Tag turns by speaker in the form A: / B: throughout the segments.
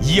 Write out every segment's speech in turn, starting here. A: 以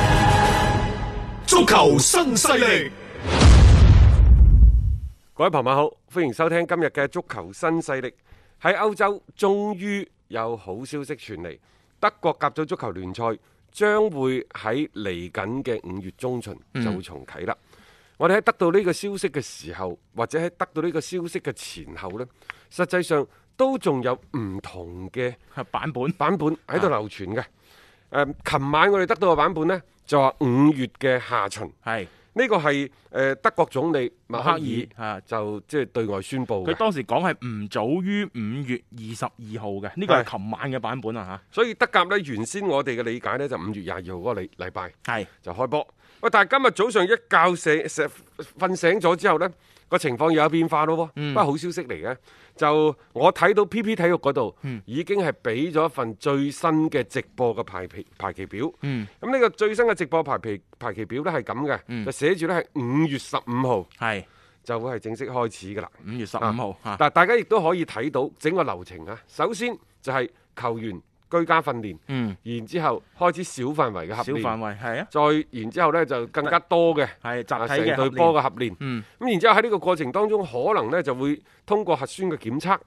A: 足球新勢力，
B: 各位朋友好，歡迎收聽今日嘅足球新勢力。喺歐洲，終於有好消息傳嚟，德國甲組足球聯賽將會喺嚟緊嘅五月中旬就會重啟啦。我哋喺得到呢個消息嘅時候，或者喺得到呢個消息嘅前後呢，實際上都仲有唔同嘅
C: 版本
B: 版本喺度流傳嘅。誒、琴晚我哋得到嘅版本呢，就話五月嘅下旬。
D: 係
B: 呢個係誒、呃德國總理默克
D: 默克
B: 爾
D: 爾啊
B: 就即係對外宣布嘅
D: 佢當時講係唔早於五月二十二號嘅，呢個係琴晚嘅版本啊
B: 所以德甲呢，原先我哋嘅理解呢，就五月廿二號嗰個禮禮拜
D: 嚇，係
B: 就開波。喂，但係今日早上一覺醒醒瞓醒咗之後呢，個情況又有變化咯喎。
D: 嗯
B: 不過好消息嚟嘅，就我睇到 PP 體育嗰度、
D: 嗯
B: 已經係俾咗一份最新嘅直播嘅排期排期表。咁
D: 嗯
B: 呢、個最新嘅直播排期排期表呢，係咁嘅，就寫住呢係五月十五號
D: 係
B: 就會係正式開始㗎啦。啊
D: 五月十五號嚇，
B: 但大家亦都可以睇到整個流程啊。首先就係球員居家訓練，
D: 嗯，
B: 然之後開始小範圍嘅合
D: 小範
B: 練，
D: 圍係啊，
B: 再然之後呢就更加多嘅
D: 係
B: 啊
D: 集
B: 成
D: 體嘅合
B: 隊
D: 練
B: 波嘅合練。
D: 嗯，
B: 咁然之後喺呢個過程當中，可能呢就會通過核酸嘅檢測，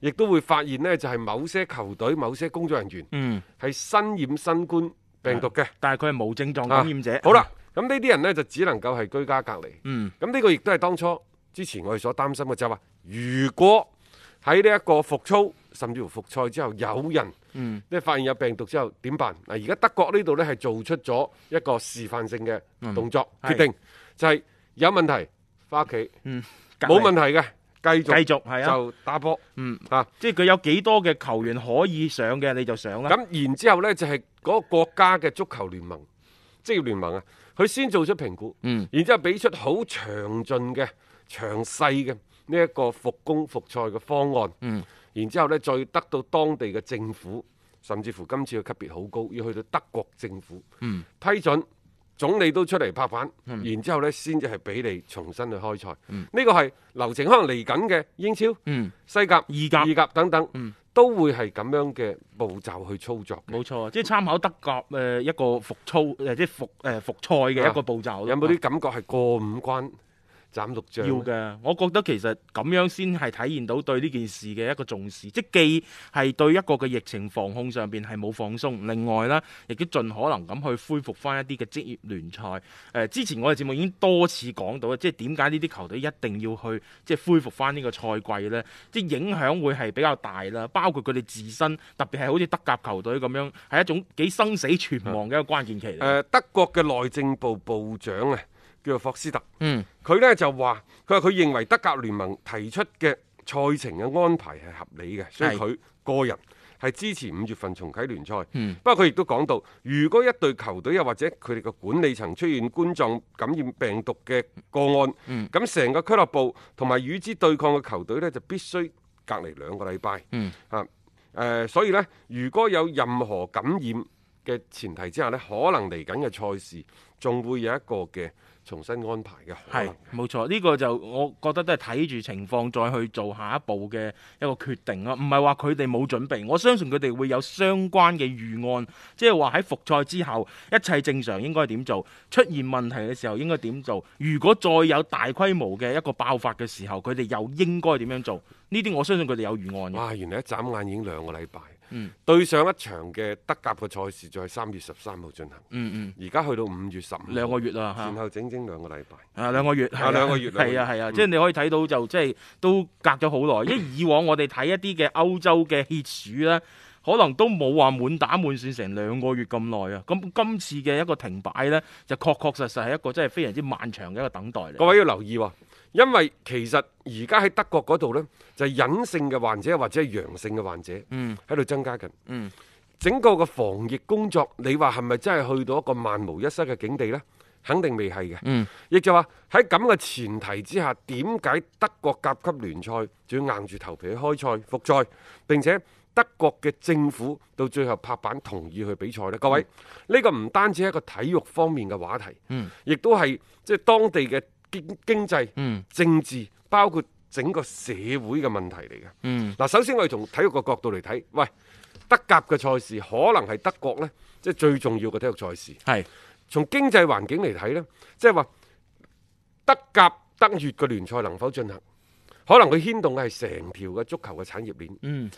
B: 亦都會發現呢就係某些球隊、某些工作人員
D: 嗯，
B: 係身染新冠病毒嘅
D: 但係佢係無症狀
B: 啊
D: 感染者。
B: 好啦，，咁呢啲人呢就只能夠係居家隔離。
D: 嗯，
B: 咁呢個亦都係當初之前我哋所擔心嘅，就係話如果喺呢一個復操甚至乎復賽之後，有人
D: 嗯
B: 即係發現有病毒之後點辦？嗱，而家德國呢度呢係做出咗一個示範性嘅動作、
D: 嗯係
B: 決定，就係有問題翻屋企，
D: 隔離
B: 冇問題嘅繼續
D: 繼續係啊，
B: 就打波。
D: 嗯
B: 啊，
D: 即係佢有幾多嘅球員可以上嘅你就上啦。
B: 咁然之後呢，就係嗰個國家嘅足球聯盟、職業聯盟啊，佢先做出評估，
D: 嗯
B: 然之後俾出好詳盡嘅、詳細嘅呢一個復工復賽嘅方案，
D: 嗯
B: 然之後呢，再得到當地嘅政府，甚至乎今次嘅級別好高，要去到德國政府、
D: 嗯
B: 批准。總理都出嚟拍板，然之後呢，先至係俾你重新去開賽。呢個係流程，可能嚟緊嘅英超、
D: 嗯，
B: 西甲、
D: 意甲
B: 意甲等等，
D: 嗯
B: 都會係咁樣嘅步驟去操作嘅。
D: 冇錯，啊即係參考德甲誒一個復操誒即係復誒復賽嘅一個步驟咯。
B: 啊有冇啲感覺係過五關斬六將？
D: 要嘅，我覺得其實咁樣先係體現到對呢件事嘅一個重視，即既係對一個嘅疫情防控上邊係冇放鬆，另外啦，亦都盡可能咁去恢復翻一啲嘅職業聯賽。誒、之前我哋節目已經多次講到啦，即係點解呢啲球隊一定要去即係恢復翻呢個賽季呢？即係影響會係比較大啦，包括佢哋自身，特別係好似德甲球隊咁樣，係一種幾生死存亡嘅一個關鍵期嚟。
B: 誒、德國嘅內政部部長啊，叫做霍斯特，
D: 嗯，
B: 佢呢就話：佢話佢認為德甲聯盟提出嘅賽程嘅安排係合理嘅，所以
D: 係
B: 佢個人係支持五月份重啟聯賽。
D: 嗯
B: 不過佢亦都講到，如果一隊球隊又或者佢哋嘅管理層出現冠狀感染病毒嘅個案，
D: 嗯
B: 咁成、個俱樂部同埋與之對抗嘅球隊呢，就必須隔離兩個禮拜。
D: 嗯
B: 啊，誒、所以呢，如果有任何感染嘅前提之下呢，可能嚟緊嘅賽事仲會有一個嘅重新安排嘅可
D: 係
B: 能。
D: 啊冇錯，呢、個就我覺得都係睇住情況再去做下一步嘅一個決定咯，唔係話佢哋冇準備，我相信佢哋會有相關嘅預案，即係話喺復賽之後一切正常應該點做，出現問題嘅時候應該點做，如果再有大規模嘅一個爆發嘅時候，佢哋又應該點樣做？呢啲我相信佢哋有預案嘅。
B: 啊哇！原來一眨眼已經兩個禮拜，
D: 嗯
B: 對上一場嘅德甲嘅賽事就係三月十三號進行，
D: 嗯
B: 而家去到五月十五，
D: 嗯，兩個月啦嚇
B: 然。後整整兩個禮拜。
D: 啊兩個月，係
B: 兩個月兩個
D: 係
B: 月
D: 啊係啊，
B: 嗯
D: 即係你可以睇到就即係都隔咗好耐，因為以往我哋睇一啲嘅歐洲嘅熱暑咧，可能都冇話滿打滿算成兩個月咁耐啊。咁今次嘅一個停擺咧，就確確實實係一個真係非常之漫長嘅一個等待
B: 各
D: 嚟。
B: 位要留意喎，因為其實而家喺德國嗰度呢，就係隱性嘅患者或者係陽性嘅患者，
D: 嗯
B: 喺度增加緊。
D: 嗯，
B: 整個嘅防疫工作，你話係咪真係去到一個萬無一失嘅境地呢？肯定未係嘅。
D: 嗯，
B: 亦就話喺咁嘅前提之下，點解德國甲級聯賽仲要硬住頭皮去開賽復賽，並且德國嘅政府到最後拍板同意去比賽呢？各位，呢個唔單止係一個體育方面嘅話題，
D: 嗯，
B: 亦都係即係當地嘅經經濟、
D: 嗯
B: 政治，包括整個社會嘅問題嚟嘅。
D: 嗯
B: 嗱，首先我哋從體育嘅角度嚟睇，喂，德甲嘅賽事可能係德國呢，即係最重要嘅體育賽事。
D: 係
B: 從經濟環境嚟睇呢，即係話德甲、德乙嘅聯賽能否進行，可能佢牽動嘅係成條嘅足球嘅產業鏈。
D: 嗯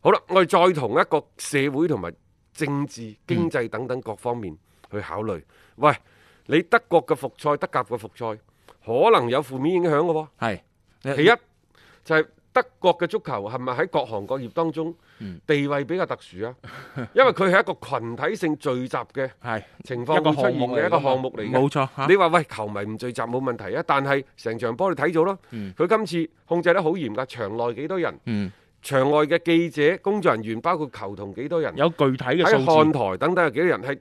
B: 好啦，我哋再同一個社會同埋政治、經濟等等各方面去考慮。喂，你德國嘅復賽、德甲嘅復賽，可能有負面影響嘅喎。
D: 係
B: 其一就係、德國嘅足球係咪喺各行各業當中地位比較特 殊啊？因為佢係一個群體性聚集嘅
D: 係
B: 情況
D: 一個
B: 會出
D: 項
B: 現
D: 目
B: 嘅一個項目嚟嘅。
D: 冇錯嚇
B: 你。話喂球迷唔聚集冇問題啊，但係成場波你睇咗咯，
D: 嗯
B: 佢今次控制得好嚴㗎，場內幾多人，
D: 嗯，
B: 場外嘅記者、工作人員包括球童幾多人，
D: 有具體嘅
B: 喺看
D: 數字，
B: 台等等有幾多人係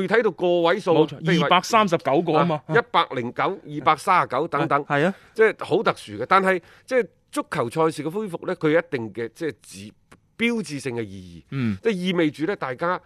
B: 具體到個位數，
D: 冇錯，二百三十九個啊嘛，
B: 一百零九、二百三十九等等。
D: 係啊，
B: 即係好特殊嘅。但係即係足球賽事嘅恢復呢，佢有一定嘅即係指標誌性嘅意義，
D: 嗯
B: 即係意味住呢，大家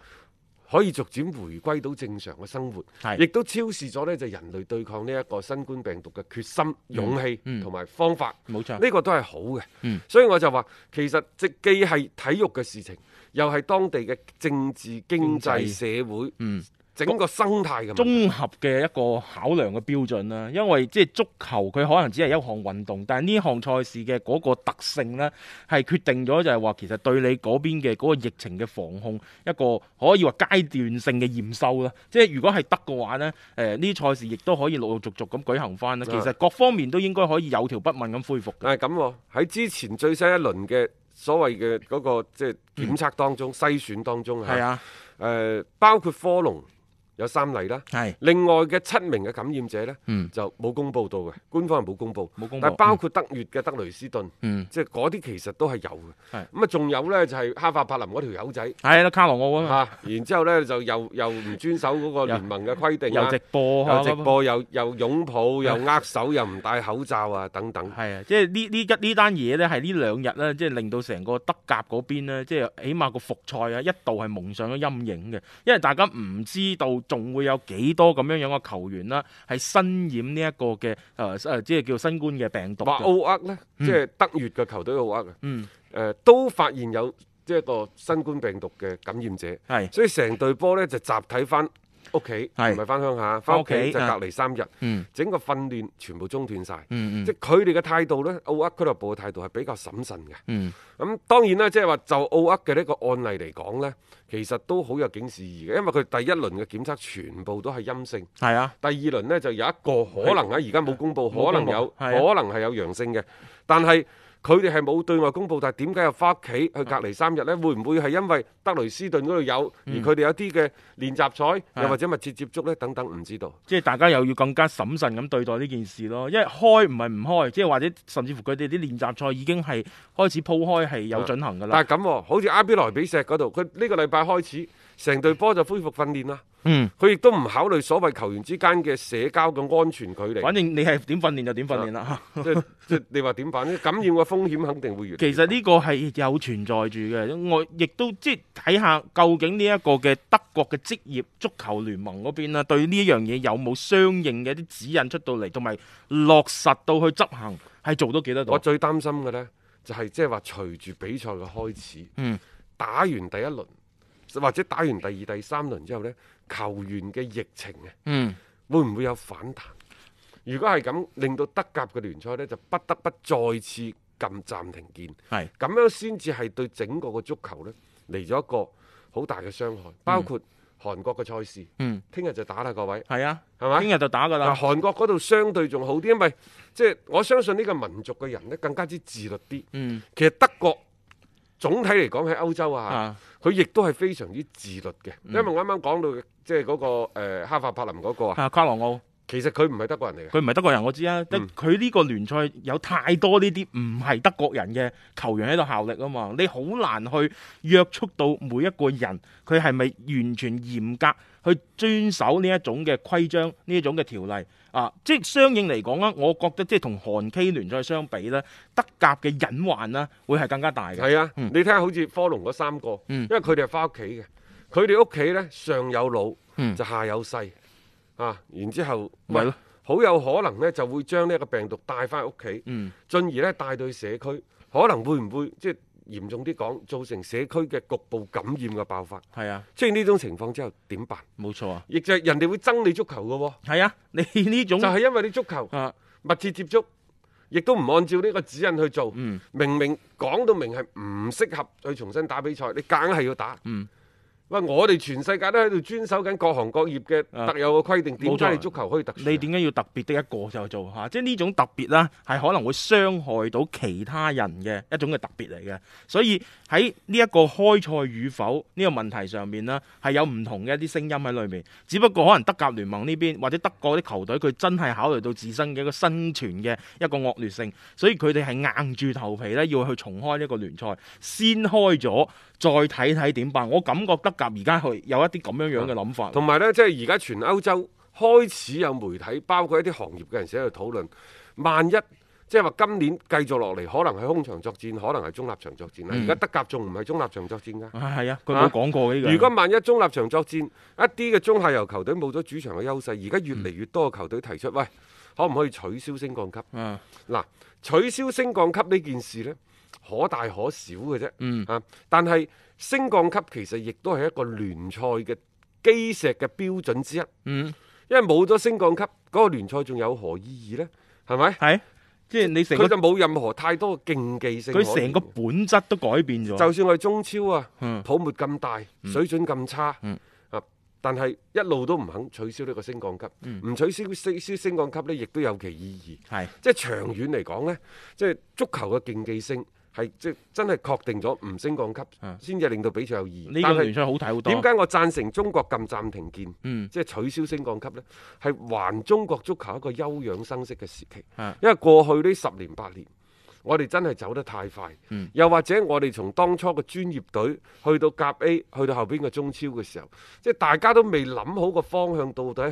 B: 可以逐漸回歸到正常嘅生活，
D: 係
B: 亦都超視咗呢就人類對抗呢一個新冠病毒嘅決心、勇氣
D: 嗯
B: 同埋方法。
D: 冇錯，
B: 呢個都係好嘅，
D: 嗯
B: 所以我就話其實即既係體育嘅事情，又係當地嘅政治、經濟、社會、
D: 嗯。
B: 整個生態嘅問題
D: 綜合嘅一個考量嘅標準啦，因為即係足球佢可能只係一項運動，但係呢項賽事嘅嗰個特性呢，係決定咗就係話其實對你嗰邊嘅嗰個疫情嘅防控一個可以話階段性嘅驗收啦。即係如果係得嘅話呢，誒呢啲賽事亦都可以陸陸續續咁舉行翻啦。其實各方面都應該可以有條不紊咁恢復嘅。
B: 但係咁喎喺之前最新一輪嘅所謂嘅嗰、個即係檢測當中、篩選當中嚇，
D: 係
B: 誒、
D: 啊，
B: 包括科隆有三例啦，
D: 係
B: 另外嘅七名嘅感染者呢，
D: 嗯
B: 就冇公佈到嘅，官方係冇公佈，
D: 冇公佈
B: 但係包括德乙嘅德雷斯頓，
D: 嗯
B: 即係嗰啲其實都係有嘅
D: 係。
B: 咁啊，仲有呢，就係、哈法柏林嗰條友仔。
D: 係啦，卡羅奧啊嘛，
B: 嚇，然之後呢，就又又唔遵守嗰個聯盟嘅規定啊
D: 又直播啊
B: 又直播，又又擁抱，又握手，又唔戴口罩啊，等等。
D: 係啊，即係呢呢一呢單嘢咧，係呢兩日咧，即係令到成個德甲嗰邊咧，即係起碼個復賽啊，一度係蒙上咗陰影嘅，因為大家唔知道仲會有幾多咁樣樣嘅球員啦，係身染呢一個嘅誒誒，即係叫新冠嘅病毒嘅。
B: 話奧厄呢，即係德乙嘅球隊奧厄啊，
D: 嗯，
B: 誒都發現有即係一個新冠病毒嘅感染者，
D: 係
B: 所以成隊波呢就集體翻屋企，唔
D: 係
B: 係翻鄉下，翻
D: 返
B: 屋
D: 屋
B: 企
D: 企
B: 就隔
D: 啊
B: 離三日，
D: 嗯
B: 整個訓練全部中斷晒。
D: 嗯
B: 即係佢哋嘅態度呢，奧厄俱樂部嘅態度係比較審慎嘅。
D: 嗯
B: 咁當然啦，即係話就奧厄嘅呢個案例嚟講呢，其實都好有警示意義嘅，因為佢第一輪嘅檢測全部都係陰性。
D: 係啊，
B: 第二輪呢，就有一個可能啊，而家冇公
D: 冇
B: 佈，
D: 公佈
B: 可能有，可
D: 係啊
B: 能係有陽性嘅，但係佢哋係冇對外公佈，但係點解又翻屋企去隔離三日呢？會唔會係因為德雷斯頓嗰度有，而佢哋有啲嘅練習賽，
D: 係
B: 又或者密切接觸呢？等等，唔知道。
D: 即係大家又要更加審慎咁對待呢件事咯，因為開唔係唔開，即係或者甚至乎佢哋啲練習賽已經係開始鋪開係有進行㗎啦
B: 但。係咁喎，好似阿比萊比錫嗰度，佢呢個禮拜開始，成隊波就恢復訓練啦。
D: 嗯，
B: 佢亦都唔考慮所謂球員之間嘅社交嘅安全距離
D: 反，正你係點訓練就點訓練啦嚇。
B: 即係即係你話點辦呢？感染嘅風險肯定會越嚟越
D: 其實呢個係有存在住嘅，我亦都即係睇下究竟呢一個嘅德國嘅職業足球聯盟嗰邊啦，啊對呢樣嘢有冇相應嘅一啲指引出到嚟，同埋落實到去執行，係做到幾多
B: 我
D: 度？啊
B: 最擔心嘅呢，就係即係話隨住比賽嘅開始，
D: 嗯
B: 打完第一輪或者打完第二、第三輪之後呢，球員嘅疫情啊，
D: 嗯，
B: 會唔會有反彈？如果係咁，令到德甲嘅聯賽呢，就不得不再次撳暫停鍵，
D: 係
B: 咁樣先至係對整個嘅足球呢嚟咗一個好大嘅傷害，包括韓國嘅賽事，
D: 嗯，
B: 聽日就打啦，各位。
D: 係啊，
B: 係咪
D: 聽日就打㗎
B: 嗱，
D: 啦，
B: 韓國嗰度相對仲好啲，因為即係我相信呢個民族嘅人呢更加之自律啲。
D: 嗯，
B: 其實德國總體嚟講喺歐洲啊
D: 啊，嗯
B: 佢亦都係非常之自律嘅。因為我啱啱講到嘅即係嗰個、呃、哈法柏林嗰個啊，
D: 啊卡羅奧。
B: 其實佢唔係德國人嚟嘅。
D: 佢唔係德國人，我知
B: 嗯
D: 啊。得佢呢個聯賽有太多呢啲唔係德國人嘅球員喺度效力啊嘛，你好難去約束到每一個人，佢係咪完全嚴格去遵守呢一種嘅規章、呢一種嘅條例啊？即係相應嚟講啊，我覺得即係同韓 K 聯賽相比呢，德甲嘅隱患呢會係更加大嘅。
B: 係啊，
D: 嗯
B: 你睇下好似科隆嗰三個，
D: 嗯
B: 因為佢哋係翻屋企嘅，佢哋屋企呢上有老、
D: 嗯
B: 就下有細啊，然之後
D: 咪咯，
B: 好有可能呢就會將呢個病毒帶翻屋企，
D: 嗯
B: 進而呢帶到社區，可能會唔會即係嚴重啲講，造成社區嘅局部感染嘅爆發？
D: 係啊，
B: 出現呢種情況之後點辦？
D: 冇錯啊，
B: 亦就係人哋會憎你足球嘅喎，
D: 係啊，你呢種
B: 就係因為你足球
D: 啊，
B: 密切接觸，亦都唔按照呢個指引去做。
D: 嗯
B: 明明講到明係唔適合去重新打比賽，你梗係要打。
D: 嗯
B: 喂，我哋全世界都喺度遵守緊各行各業嘅
D: 啊
B: 特有嘅規定，點
D: 冇錯
B: 解你足球可以特殊啊？
D: 你點解要特別的一個就做嚇？即係呢種特別啦，係可能會傷害到其他人嘅一種嘅特別嚟嘅。所以喺呢一個開賽與否呢個問題上面啦，係有唔同嘅一啲聲音喺裏面。只不過可能德甲聯盟呢邊或者德國啲球隊，佢真係考慮到自身嘅一個生存嘅一個惡劣性，所以佢哋係硬住頭皮咧要去重開呢一個聯賽，先開咗再睇睇點辦。我感覺德甲而家係有一啲咁樣樣嘅諗法。
B: 同埋呢，即係而家全歐洲開始有媒體，包括一啲行業嘅人士喺度討論，萬一即係話今年繼續落嚟，可能係空場作戰，可能係中立場作戰啦。
D: 嗯
B: 而家、德甲仲唔係中立場作戰㗎？
D: 啊，係啊，佢冇講過呢個。
B: 如果萬一中立場作戰，一啲嘅中下游球隊冇咗主場嘅優勢，而家越嚟
D: 嗯
B: 越多嘅球隊提出，喂，可唔可以取消升降級？
D: 啊
B: 嗱，取消升降級呢件事呢，可大可小嘅啫。
D: 嗯
B: 啊，但係升降級其實亦都係一個聯賽嘅基石嘅標準之一。
D: 嗯，
B: 因為冇咗升降級，嗰、個聯賽仲有何意義呢？係咪？
D: 係，即係你成
B: 佢
D: 個
B: 就冇任何太多嘅競技性可言。
D: 佢成個本質都改變咗。
B: 就算我哋中超啊，
D: 嗯
B: 泡沫咁大，水準咁差，
D: 嗯
B: 啊，但係一路都唔肯取消呢個升降級，
D: 嗯
B: 唔取消升消升降級呢，亦都有其意義。
D: 係
B: 即係長遠嚟講呢，即係足球嘅競技性係即係真係確定咗唔升降級，
D: 嗯
B: 先至令到比賽有意義。
D: 呢
B: 但
D: 個
B: 係
D: 聯賽好睇好多。
B: 點？解我贊成中國撳暫停鍵，
D: 嗯
B: 即係取消升降級呢？係還中國足球一個休養生息嘅時期
D: 啊，
B: 因為過去呢十年八年。我哋真係走得太快，
D: 嗯
B: 又或者我哋從當初嘅專業隊去到甲 A，去到後邊嘅中超嘅時候，即係大家都未諗好個方向到底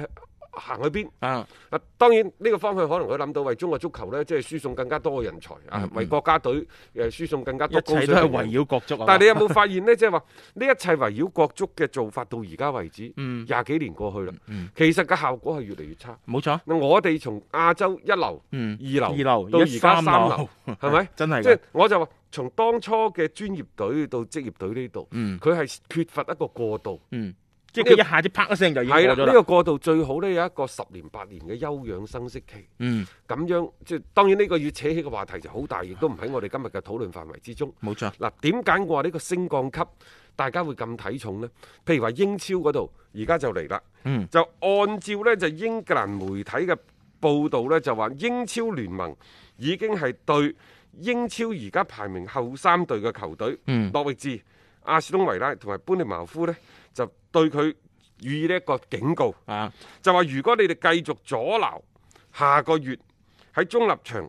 B: 行去邊。
D: 啊，
B: 啊，當然呢個方向可能佢諗到為中國足球呢，即係輸送更加多嘅人才啊，為國家隊誒輸送更加
D: 嗯一
B: 多高水
D: 切
B: 平
D: 都
B: 嘅
D: 係
B: 人才
D: 圍繞國足啊。
B: 但係你有冇發現呢？即係話呢一切圍繞國足嘅做法到而家為止，
D: 嗯
B: 廿幾年過去啦，其實嘅效果係越嚟越差。
D: 冇錯？
B: 嗱，我哋從亞洲一流、
D: 嗯
B: 二
D: 二
B: 流
D: 流
B: 到而家
D: 而家
B: 三
D: 三流？
B: 流，係咪
D: 真係㗎
B: 即係我就話，從當初嘅專業隊到職業隊呢度，
D: 嗯
B: 佢係缺乏一個過渡。
D: 嗯，即係佢一下子啪一聲就已經
B: 係啦，
D: 過
B: 呢、
D: 咗啦。
B: 個過渡最好呢，有一個十年八年嘅休養生息期。
D: 嗯，
B: 咁樣即係當然呢個要扯起嘅話題就好大，亦都唔喺我哋今日嘅討論範圍之中。
D: 冇錯。
B: 嗱，點解我話呢個升降級大家會咁睇重呢？譬如話英超嗰度，而家就嚟啦，
D: 嗯
B: 就按照呢就英格蘭媒體嘅報導呢，就話英超聯盟已經係對英超而家排名後三隊嘅球隊，
D: 嗯
B: 諾域治、阿士東維拉同埋班尼茅夫呢，就對佢予以呢一個警告。
D: 啊，
B: 就話如果你哋繼續阻撓下個月喺中立場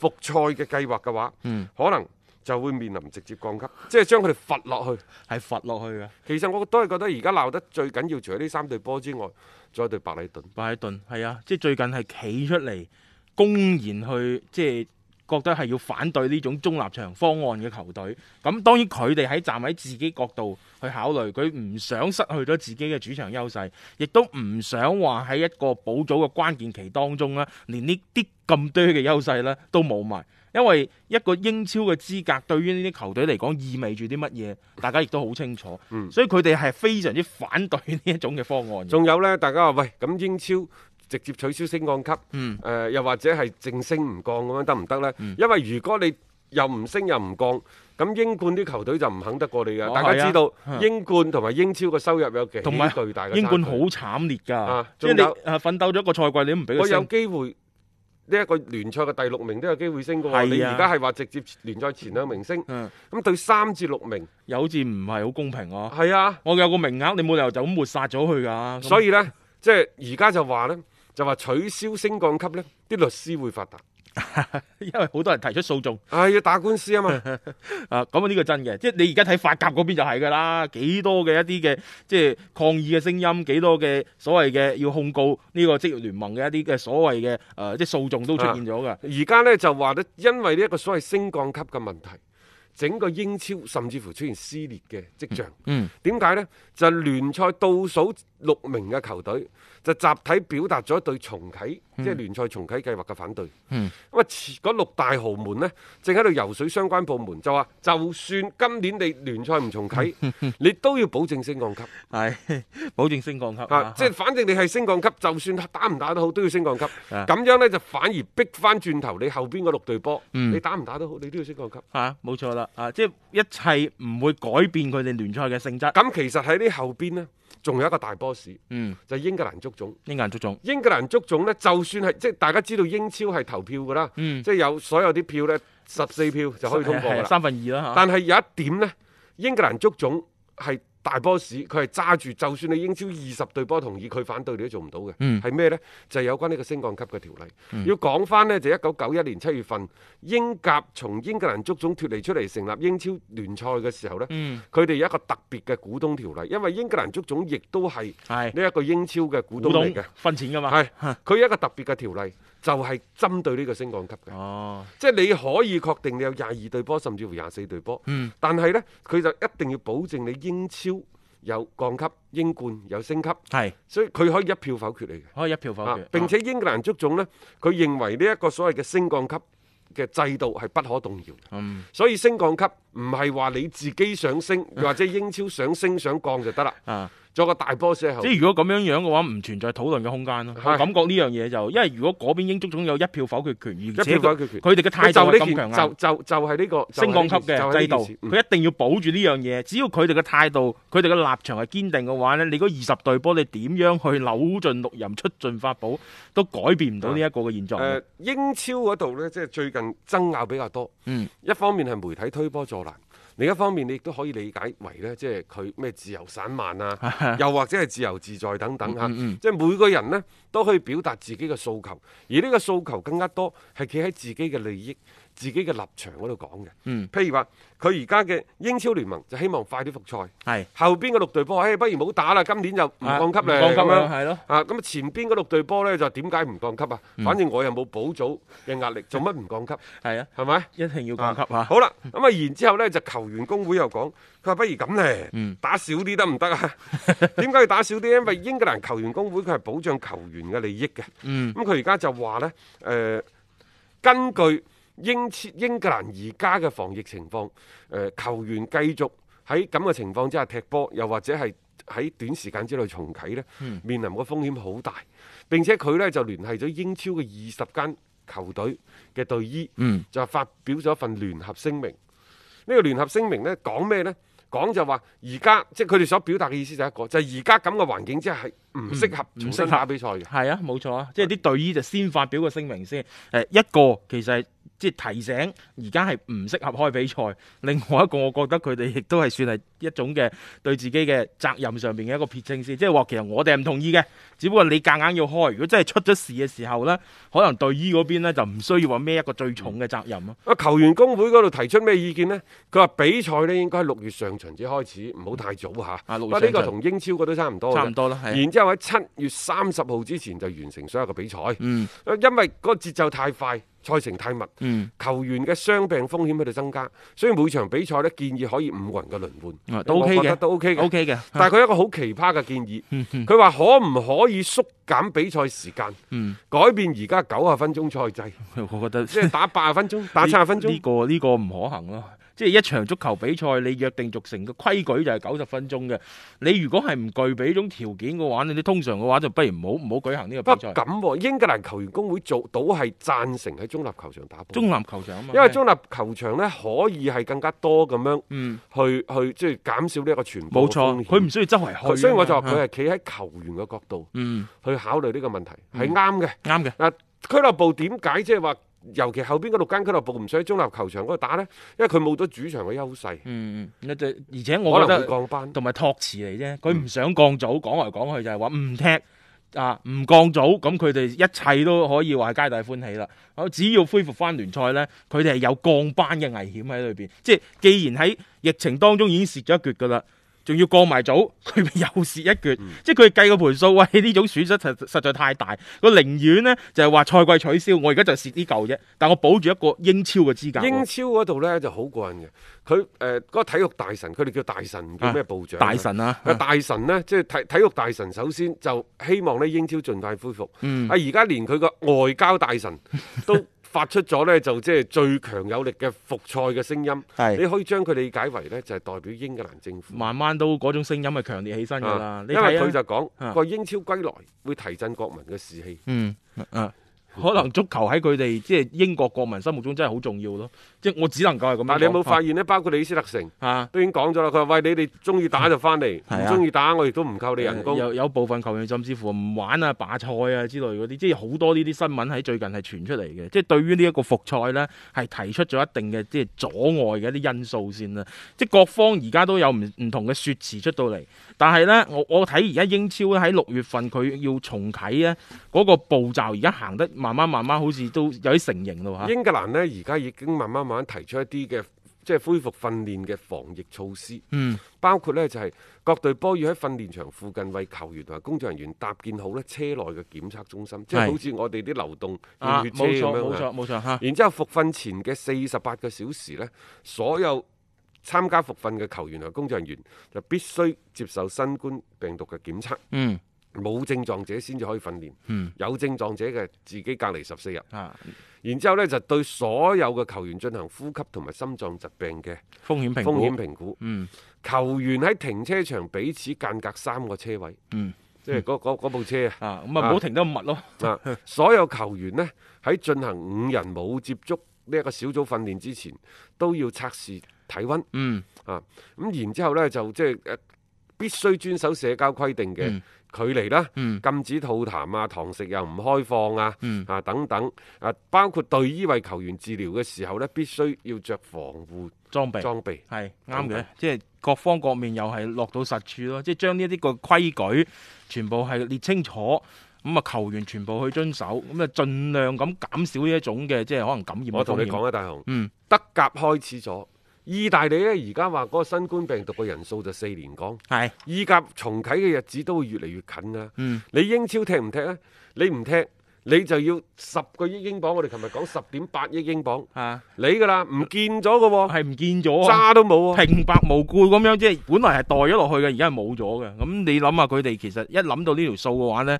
B: 復賽嘅計劃嘅話，
D: 嗯
B: 可能就會面臨直接降級，即係將佢哋罰落去。
D: 係罰落去嘅。
B: 其實我都係覺得而家鬧得最緊要，除咗呢三隊波之外，仲有隊白禮頓。
D: 拜頓係啊，即係最近係企出嚟公然去即係。覺得係要反對呢種中立場方案嘅球隊，咁當然佢哋喺站喺自己角度去考慮，佢唔想失去咗自己嘅主場優勢，亦都唔想話喺一個保組嘅關鍵期當中咧，連呢啲咁多嘅優勢咧都冇埋，因為一個英超嘅資格對於呢啲球隊嚟講意味住啲乜嘢，大家亦都好清楚，
B: 嗯
D: 所以佢哋係非常之反對呢一種嘅方案嘅。
B: 仲有呢，大家話喂，咁英超直接取消升降級，誒、
D: 嗯
B: 又或者係正升唔降咁樣得唔得呢？因為如果你又唔升又唔降。咁英冠啲球隊就唔肯得過你㗎。
D: 哦
B: 大家知道
D: 係啊
B: 英冠同埋英超嘅收入有幾
D: 同埋
B: 巨大嘅
D: 英冠
B: 差
D: 好
B: 距
D: 慘烈㗎
B: 啊，
D: 即係
B: 仲有
D: 你啊奮鬥咗一個賽季，你都唔俾
B: 我
D: 佢
B: 有
D: 升。
B: 機會呢一個聯賽嘅第六名都有機會升嘅
D: 係啊
B: 喎。你而家係話直接聯賽前兩名升，
D: 嗯
B: 咁對三至六名
D: 又好似唔係好公平啊！
B: 係啊。
D: 我有個名額，你冇理由就咁抹殺咗佢㗎。
B: 所
D: 以
B: 以呢，即係而家就話呢，就話取消升降級呢，啲律師會發達。
D: 因為好多人提出訴訟，
B: 係要打官司啊嘛，
D: 啊咁啊呢個真嘅，即係你而家睇法甲嗰邊就係㗎啦，幾多嘅一啲嘅即係抗議嘅聲音，幾多嘅所謂嘅要控告呢個職業聯盟嘅一啲嘅所謂嘅呃誒即係訴訟都出現咗㗎。
B: 啊而家呢，就話呢，因為呢一個所謂升降級嘅問題，整個英超甚至乎出現撕裂嘅跡象。
D: 嗯，
B: 點解呢？就係聯賽倒數六名嘅球隊就集體表達咗對重啟，即係聯賽重啟計劃嘅反對。
D: 嗯，
B: 咁啊，前嗰六大豪門呢，正喺度游水相關部門就話，就算今年你聯賽唔 重啟，你都要保證升降級。
D: 係 保證升降級
B: 啊
D: 啊！！
B: 即係反正你係升降級，就算打唔打都好，都要升降級。
D: 啊
B: 咁樣呢，就反而逼翻轉頭，你後邊嗰六隊波，
D: 嗯
B: 你打唔打都好，你都要升降級。
D: 吓，冇錯啦，啊，即係一切唔會改變佢哋聯賽嘅性質。
B: 咁其實喺呢後邊呢，仲有一個大 boss，
D: 嗯，
B: 就係英格蘭足總。
D: 英格蘭足總
B: 英格蘭足總呢，就算係即係大家知道英超係投票㗎啦，
D: 嗯
B: 即係有所有啲票呢，十四票就可以通過
D: 係
B: 㗎
D: 係
B: 啦。
D: 三分二啦吓。
B: 但係有一點呢，英格蘭足總係大 boss，佢係揸住，就算你英超二十隊波同意佢反對，你都做唔到嘅。
D: 嗯
B: 係咩呢？就係有關呢個升降級嘅條例。要講翻呢，就一九九一年七月份，英甲從英格蘭足總脱離出嚟，成立英超聯賽嘅時候呢，
D: 嗯，
B: 佢哋有一個特別嘅股東條例，因為英格蘭足總亦都係
D: 係
B: 呢一個英超嘅股
D: 股
B: 東嚟
D: 東啊
B: 嘅。
D: 分錢噶嘛。
B: 係，佢有一個特別嘅條例，就係、針對呢個升降級嘅，
D: 哦，
B: 即係你可以確定你有廿二隊波，甚至乎廿四隊波，
D: 嗯
B: 但係呢，佢就一定要保證你英超有降級，英冠有升級，
D: 係
B: 所以佢可以一票否決你嘅。
D: 可以一票否
B: 啊
D: 決。！哦
B: 並且英格蘭足總呢，佢認為呢一個所謂嘅升降級嘅制度係不可動搖嘅，
D: 嗯
B: 所以升降級唔係話你自己想 升，又或者英超想升想降就得啦。
D: 啊，
B: 做個大 boss 喺 後
D: 即
B: 面
D: 係如果咁樣樣嘅話，唔存在討論嘅空間咯。
B: 係
D: 我感覺呢樣嘢就，因為如果嗰邊英足總有一票否決權，而
B: 一
D: 且
B: 票否
D: 佢
B: 決權。
D: 佢哋嘅態度係
B: 就呢
D: 咁
B: 件嗯
D: 強
B: 就
D: 硬。
B: 就就係呢個
D: 升降級
B: 就係
D: 嘅
B: 呢
D: 制
B: 件
D: 度
B: 事，
D: 佢一定要保住呢樣嘢。只要佢哋嘅態度、佢哋嘅立場係堅定嘅話呢你嗰二十隊波，你點樣去扭盡六壬、出盡法寶，都改變唔到呢一個嘅現狀
B: 誒、
D: 嘅。
B: 呃英超嗰度呢，即係最近爭拗比較多。
D: 嗯
B: 一方面係媒體推波助瀾，另一方面你亦都可以理解為呢，即係佢咩自由散 漫啊，又或者係自由自在等等嚇。
D: 嗯嗯
B: 即係每個人呢，都可以表達自己嘅訴求，而呢個訴求更加多係企喺自己嘅利益、自己嘅立場嗰度講嘅。
D: 嗯
B: 譬如話，佢而家嘅英超聯盟就希望快啲復賽，
D: 係
B: 後邊嗰六隊波，誒、哎不如唔好打啦，今年就唔降級
D: 啊
B: 咧
D: 唔降
B: 咁
D: 級啦
B: 樣。
D: 係咯。
B: 啊，咁前邊嗰六隊波呢，就點解唔降級啊？
D: 嗯
B: 反正我又冇補組嘅壓力，做乜唔降級？
D: 係啊，
B: 係咪？
D: 一定要降級啊！
B: 好啦，咁啊，然之後呢，就球員工會又講，佢話不如咁呢，
D: 嗯
B: 打少啲得唔得 啊？點解要打少啲呢？因為英格蘭球員工會佢係保障球員嘅利益嘅。
D: 嗯
B: 咁佢而家就話呢，誒、根據英超英格蘭而家嘅防疫情況，誒、呃球員繼續喺咁嘅情況之下踢波，又或者係喺短時間之內重啟呢，
D: 嗯
B: 面臨嘅風險好大。並且佢呢就聯繫咗英超嘅二十間球隊嘅隊醫，
D: 嗯
B: 就發表咗一份聯合聲明。呢個聯合聲明呢講咩呢？講就話而家即係佢哋所表達嘅意思就係一個，就係而家咁嘅環境之下係唔適合
D: 嗯唔
B: 重
D: 適
B: 新
D: 合
B: 打比賽嘅。
D: 係啊，冇錯啊，即係啲隊醫就先發表個聲明先。誒一個其實係即係提醒而家係唔適合開比賽，另外一個我覺得佢哋亦都係算係一種嘅對自己嘅責任上邊嘅一個撇清先，即係話其實我哋係唔同意嘅，只不過你夾硬要開。如果真係出咗事嘅時候呢，可能隊醫嗰邊呢就唔需要話孭一個最重嘅責任咯。
B: 啊，球員工會嗰度提出咩意見呢？佢話比賽呢應該喺六月上旬至開始，唔好太早嚇。
D: 啊六
B: 不
D: 月
B: 過呢個
D: 上旬
B: 同英超嗰都差唔多嘅
D: 差唔多啦，係啊。
B: 然之後喺七月三十號之前就完成所有嘅比賽，
D: 嗯
B: 啊因為嗰個節奏太快，賽程太密，
D: 嗯，
B: 球員嘅傷病風險喺度增加，所以每場比賽呢，建議可以五個人嘅輪換，
D: 啊都 OK
B: 我覺得
D: 嘅，
B: 都 OK 嘅。
D: OK 嗯嘅。
B: 但係佢有一個好奇葩嘅建議，佢話可唔可以縮減比賽時間，
D: 嗯
B: 改變而家九十分鐘賽制，
D: 我覺得
B: 即係打八十分鐘，打七十分鐘
D: 呢。個呢個唔可行咯。即係一場足球比賽，你約定俗成嘅規矩就係九十分鐘嘅。你如果係唔具備呢種條件嘅話，你通常嘅話就不如唔好唔好舉行呢個
B: 不
D: 比賽
B: 過。咁喎，英格蘭球員工會做到係贊成喺中立球場打波。
D: 中南球場啊嘛，
B: 因為中立球場呢，可以係更加多咁樣去、
D: 嗯
B: 去即係減少呢一個傳播
D: 冇
B: 嘅
D: 錯，
B: 風險
D: 佢唔需要周圍去啊嘛。
B: 佢所以我就話
D: 啊
B: 佢係企喺球員嘅角度
D: 嗯
B: 去考慮呢個問題，係啱嘅。
D: 啱嘅。
B: 嗱，俱樂部點解即係話，尤其後邊嗰六間俱樂部唔想喺中立球場嗰度打呢？因為佢冇咗主場嘅優勢，
D: 嗯，嗯，就而且我
B: 可
D: 覺
B: 能會
D: 得
B: 降班。
D: 同埋托詞嚟啫，佢
B: 嗯
D: 唔想降組，講嚟講去就係話唔踢啊，唔降組，咁佢哋一切都可以話係皆大歡喜啦。好只要恢復翻聯賽呢，佢哋係有降班嘅危險喺裏邊，即係既然喺疫情當中已經蝕咗一橛噶啦。仲要降埋組，佢咪又蝕一橛，
B: 嗯
D: 即係佢計個盤數，喂呢種損失實實在太大，佢寧願呢就係話賽季取消，我而家就蝕呢嚿啫，但我保住一個英超嘅資格喎。
B: 英超嗰度呢就好過癮嘅，佢誒嗰個體育大臣，佢哋叫大臣，唔叫咩部長啊？
D: 大神啊，
B: 啊大臣呢，即係體體育大臣，首先就希望呢英超盡快恢復。
D: 嗯
B: 啊，而家連佢個外交 大臣都發出咗呢，就即係最強有力嘅復賽嘅聲音。
D: 係
B: 你可以將佢理解為呢，就係代表英格蘭政府。
D: 慢慢都嗰種聲音係強烈起身㗎啦
B: 啊。
D: 你
B: 因
D: 睇啊
B: 為佢就講
D: 啊
B: 個英超歸來會提振國民嘅士氣。
D: 嗯啊，可能足球喺佢哋即係英國國民心目中真係好重要咯。即係我只能夠係咁樣講。
B: 但係你有冇發現呢？包括李斯特城
D: 啊？
B: 都已經講咗啦，佢話：喂，你哋中意打就翻嚟，
D: 係
B: 唔
D: 啊
B: 中意打我亦都唔扣你人工。
D: 呃有有部分球員甚至乎唔玩啊、罷賽啊之類嗰啲，即係好多呢啲新聞喺最近係傳出嚟嘅。即係對於呢一個復賽呢，係提出咗一定嘅即係阻礙嘅一啲因素先啦。即係各方而家都有唔唔同嘅説辭出到嚟，但係呢，我我睇而家英超咧喺六月份佢要重啟呢嗰、個步驟，而家行得慢慢慢慢好似都有啲成型咯嚇。
B: 英格蘭呢，而家已經慢慢慢慢提出一啲嘅即係恢復訓練嘅防疫措施，
D: 嗯，
B: 包括呢就係、各隊波要喺訓練場附近為球員同埋工作人員搭建好呢車內嘅檢測中心，即係
D: 係
B: 好似我哋啲流動
D: 啊，
B: 驗血
D: 冇
B: 車
D: 錯
B: 咁樣
D: 冇
B: 啊
D: 錯冇錯嚇，
B: 然之後復訓前嘅四十八個小時呢，所有參加復訓嘅球員同工作人員就必須接受新冠病毒嘅檢測，
D: 嗯
B: 冇症狀者先至可以訓練，
D: 嗯
B: 有症狀者嘅自己隔離十四日。
D: 啊，
B: 然之後呢，就對所有嘅球員進行呼吸同埋心臟疾病嘅
D: 風險評
B: 風
D: 估，
B: 險評估。
D: 嗯
B: 球員喺停車場彼此間隔三個車位，
D: 嗯
B: 即係嗰嗰嗰部車啊。
D: 啊，咁啊唔好停得咁密咯。
B: 啊！所有球員呢，喺進行五人冇接觸呢一個小組訓練之前，都要測試體温
D: 嗯，
B: 啊！咁然之後呢，就即係誒必須遵守社交規定嘅
D: 嗯
B: 距離啦，
D: 嗯
B: 禁止吐痰啊、堂食又唔開放啊、
D: 嗯
B: 啊等等啊，包括隊醫為球員治療嘅時候呢，必須要着防護
D: 裝備。
B: 裝備。
D: 係
B: 等
D: 啱
B: 等
D: 嘅，即係各方各面又係落到實處咯，即係將呢啲個規矩全部係列清楚，咁啊球員全部去遵守，咁啊盡量咁減少呢一種嘅即係可能感染嘅
B: 我同你
D: 風險
B: 講，啊，大雄，
D: 嗯
B: 德甲開始咗，意大利呢，而家話嗰個新冠病毒嘅人數就四年降。
D: 係
B: 意甲重啟嘅日子都會越嚟越近啦。
D: 嗯
B: 你英超踢唔踢啊？你唔踢，你就要十個億英鎊。我哋琴日講十點八億英鎊，
D: 啊
B: 你噶啦，唔見咗嘅喎，
D: 係唔見咗啊！
B: 渣都冇啊！
D: 平白無故咁樣，即係本來係代咗落去嘅，而家係冇咗嘅。咁你諗下佢哋其實一諗到呢條數嘅話呢，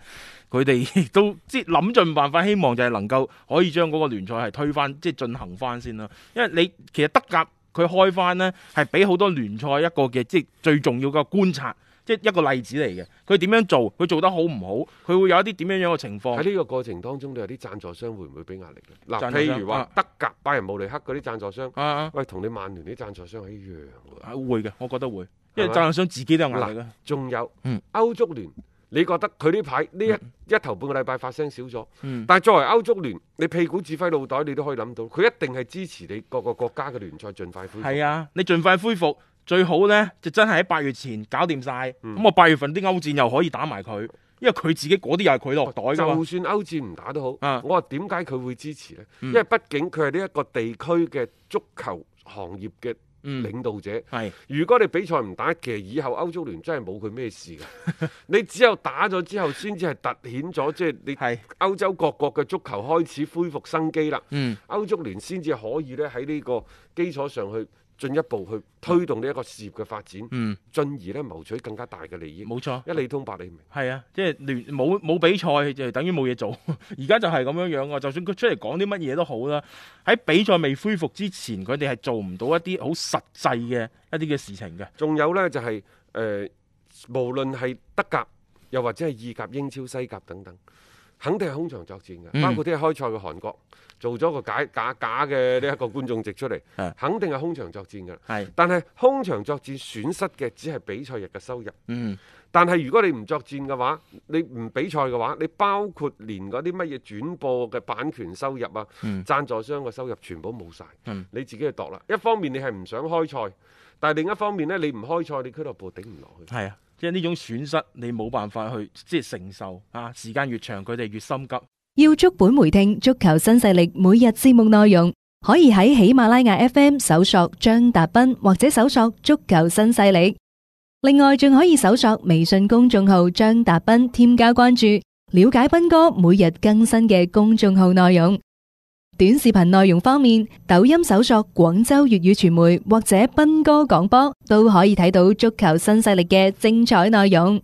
D: 佢哋 亦都即係諗盡辦法，希望就係能夠可以將嗰個聯賽係推翻，即係進行翻先啦。因為你其實德甲佢開翻呢，係俾好多聯賽一個嘅即係最重要嘅觀察，即係一個例子嚟嘅。佢點樣做，佢做得好唔好，佢會有一啲點樣樣嘅情況
B: 喺。呢個過程當中，你有啲贊助商會唔會俾壓力咧？嗱，
D: 贊助商
B: 譬如話
D: 啊
B: 德甲拜仁慕尼黑嗰啲贊助商，
D: 啊啊，
B: 喂，同你曼聯啲贊助商係哎一樣喎。
D: 啊會嘅，我覺得會，因為
B: 係咪
D: 贊助商自己都有壓力嘅啊
B: 嗱。，仲有
D: 嗯
B: 歐足聯，你覺得佢呢排呢一一頭半個禮拜發聲少咗，
D: 嗯
B: 但係作為歐足聯，你屁股指揮腦袋，你都可以諗到，佢一定係支持你各個國家嘅聯賽盡快恢復。
D: 係啊，你盡快恢復最好呢，就真係喺八月前搞掂晒。咁、
B: 嗯
D: 我八月份啲歐戰又可以打埋佢，因為佢自己嗰啲又係佢落袋噶
B: 就
D: 嘛。
B: 算歐戰唔打都好，
D: 啊
B: 我話點解佢會支持呢？
D: 嗯
B: 因為畢竟佢係呢一個地區嘅足球行業嘅
D: 嗯，
B: 領導者。
D: 係
B: 如果你比賽唔打，其實以後歐足聯真係冇佢咩事嘅。 你只有打咗之後，先至係突顯咗，即係你
D: 係
B: 歐洲各國嘅足球開始恢復生機啦。
D: 嗯
B: 歐足聯先至可以咧喺呢個基礎上去進一步去推動呢一個事業嘅發展，
D: 嗯，
B: 進而咧謀取更加大嘅利益。
D: 冇錯。
B: 一理通百理明。
D: 係啊，即係聯冇冇比賽就等於冇嘢做， 而家就係咁樣樣啊！就算佢出嚟講啲乜嘢都好啦，喺比賽未恢復之前，佢哋係做唔到一啲好實際嘅一啲嘅事情嘅。
B: 仲有呢，就係、誒、無論係德甲，又或者係意甲、英超、西甲等等，肯定係空場作戰嘅。
D: 嗯
B: 包括啲開賽嘅韓國，做咗個假假假嘅呢一個觀眾席出嚟
D: 係，
B: 肯定係空場作戰嘅。
D: 係，
B: 但係空場作戰損失嘅只係比賽日嘅收入。
D: 嗯，
B: 但係如果你唔作戰嘅話，你唔比賽嘅話，你包括連嗰啲乜嘢轉播嘅版權收入啊、
D: 嗯
B: 贊助商嘅收入全部冇晒，
D: 嗯
B: 你自己去度啦。一方面你係唔想開賽，但係另一方面呢，你唔開賽，你俱樂部頂唔落去。
D: 係啊，即係呢種損失你冇辦法去即係承受啊！時間越長，佢哋越心急。
E: 要足本回聽足球新勢力每日節目內容，可以喺喜馬拉雅 FM 搜索張達斌或者搜索足球新勢力。另外，仲可以搜索微信公眾號張達斌，添加關注，了解斌哥每日更新嘅公眾號內容。短視頻內容方面，抖音搜索廣州粵語傳媒或者斌哥廣播，都可以睇到足球新勢力嘅精彩內容。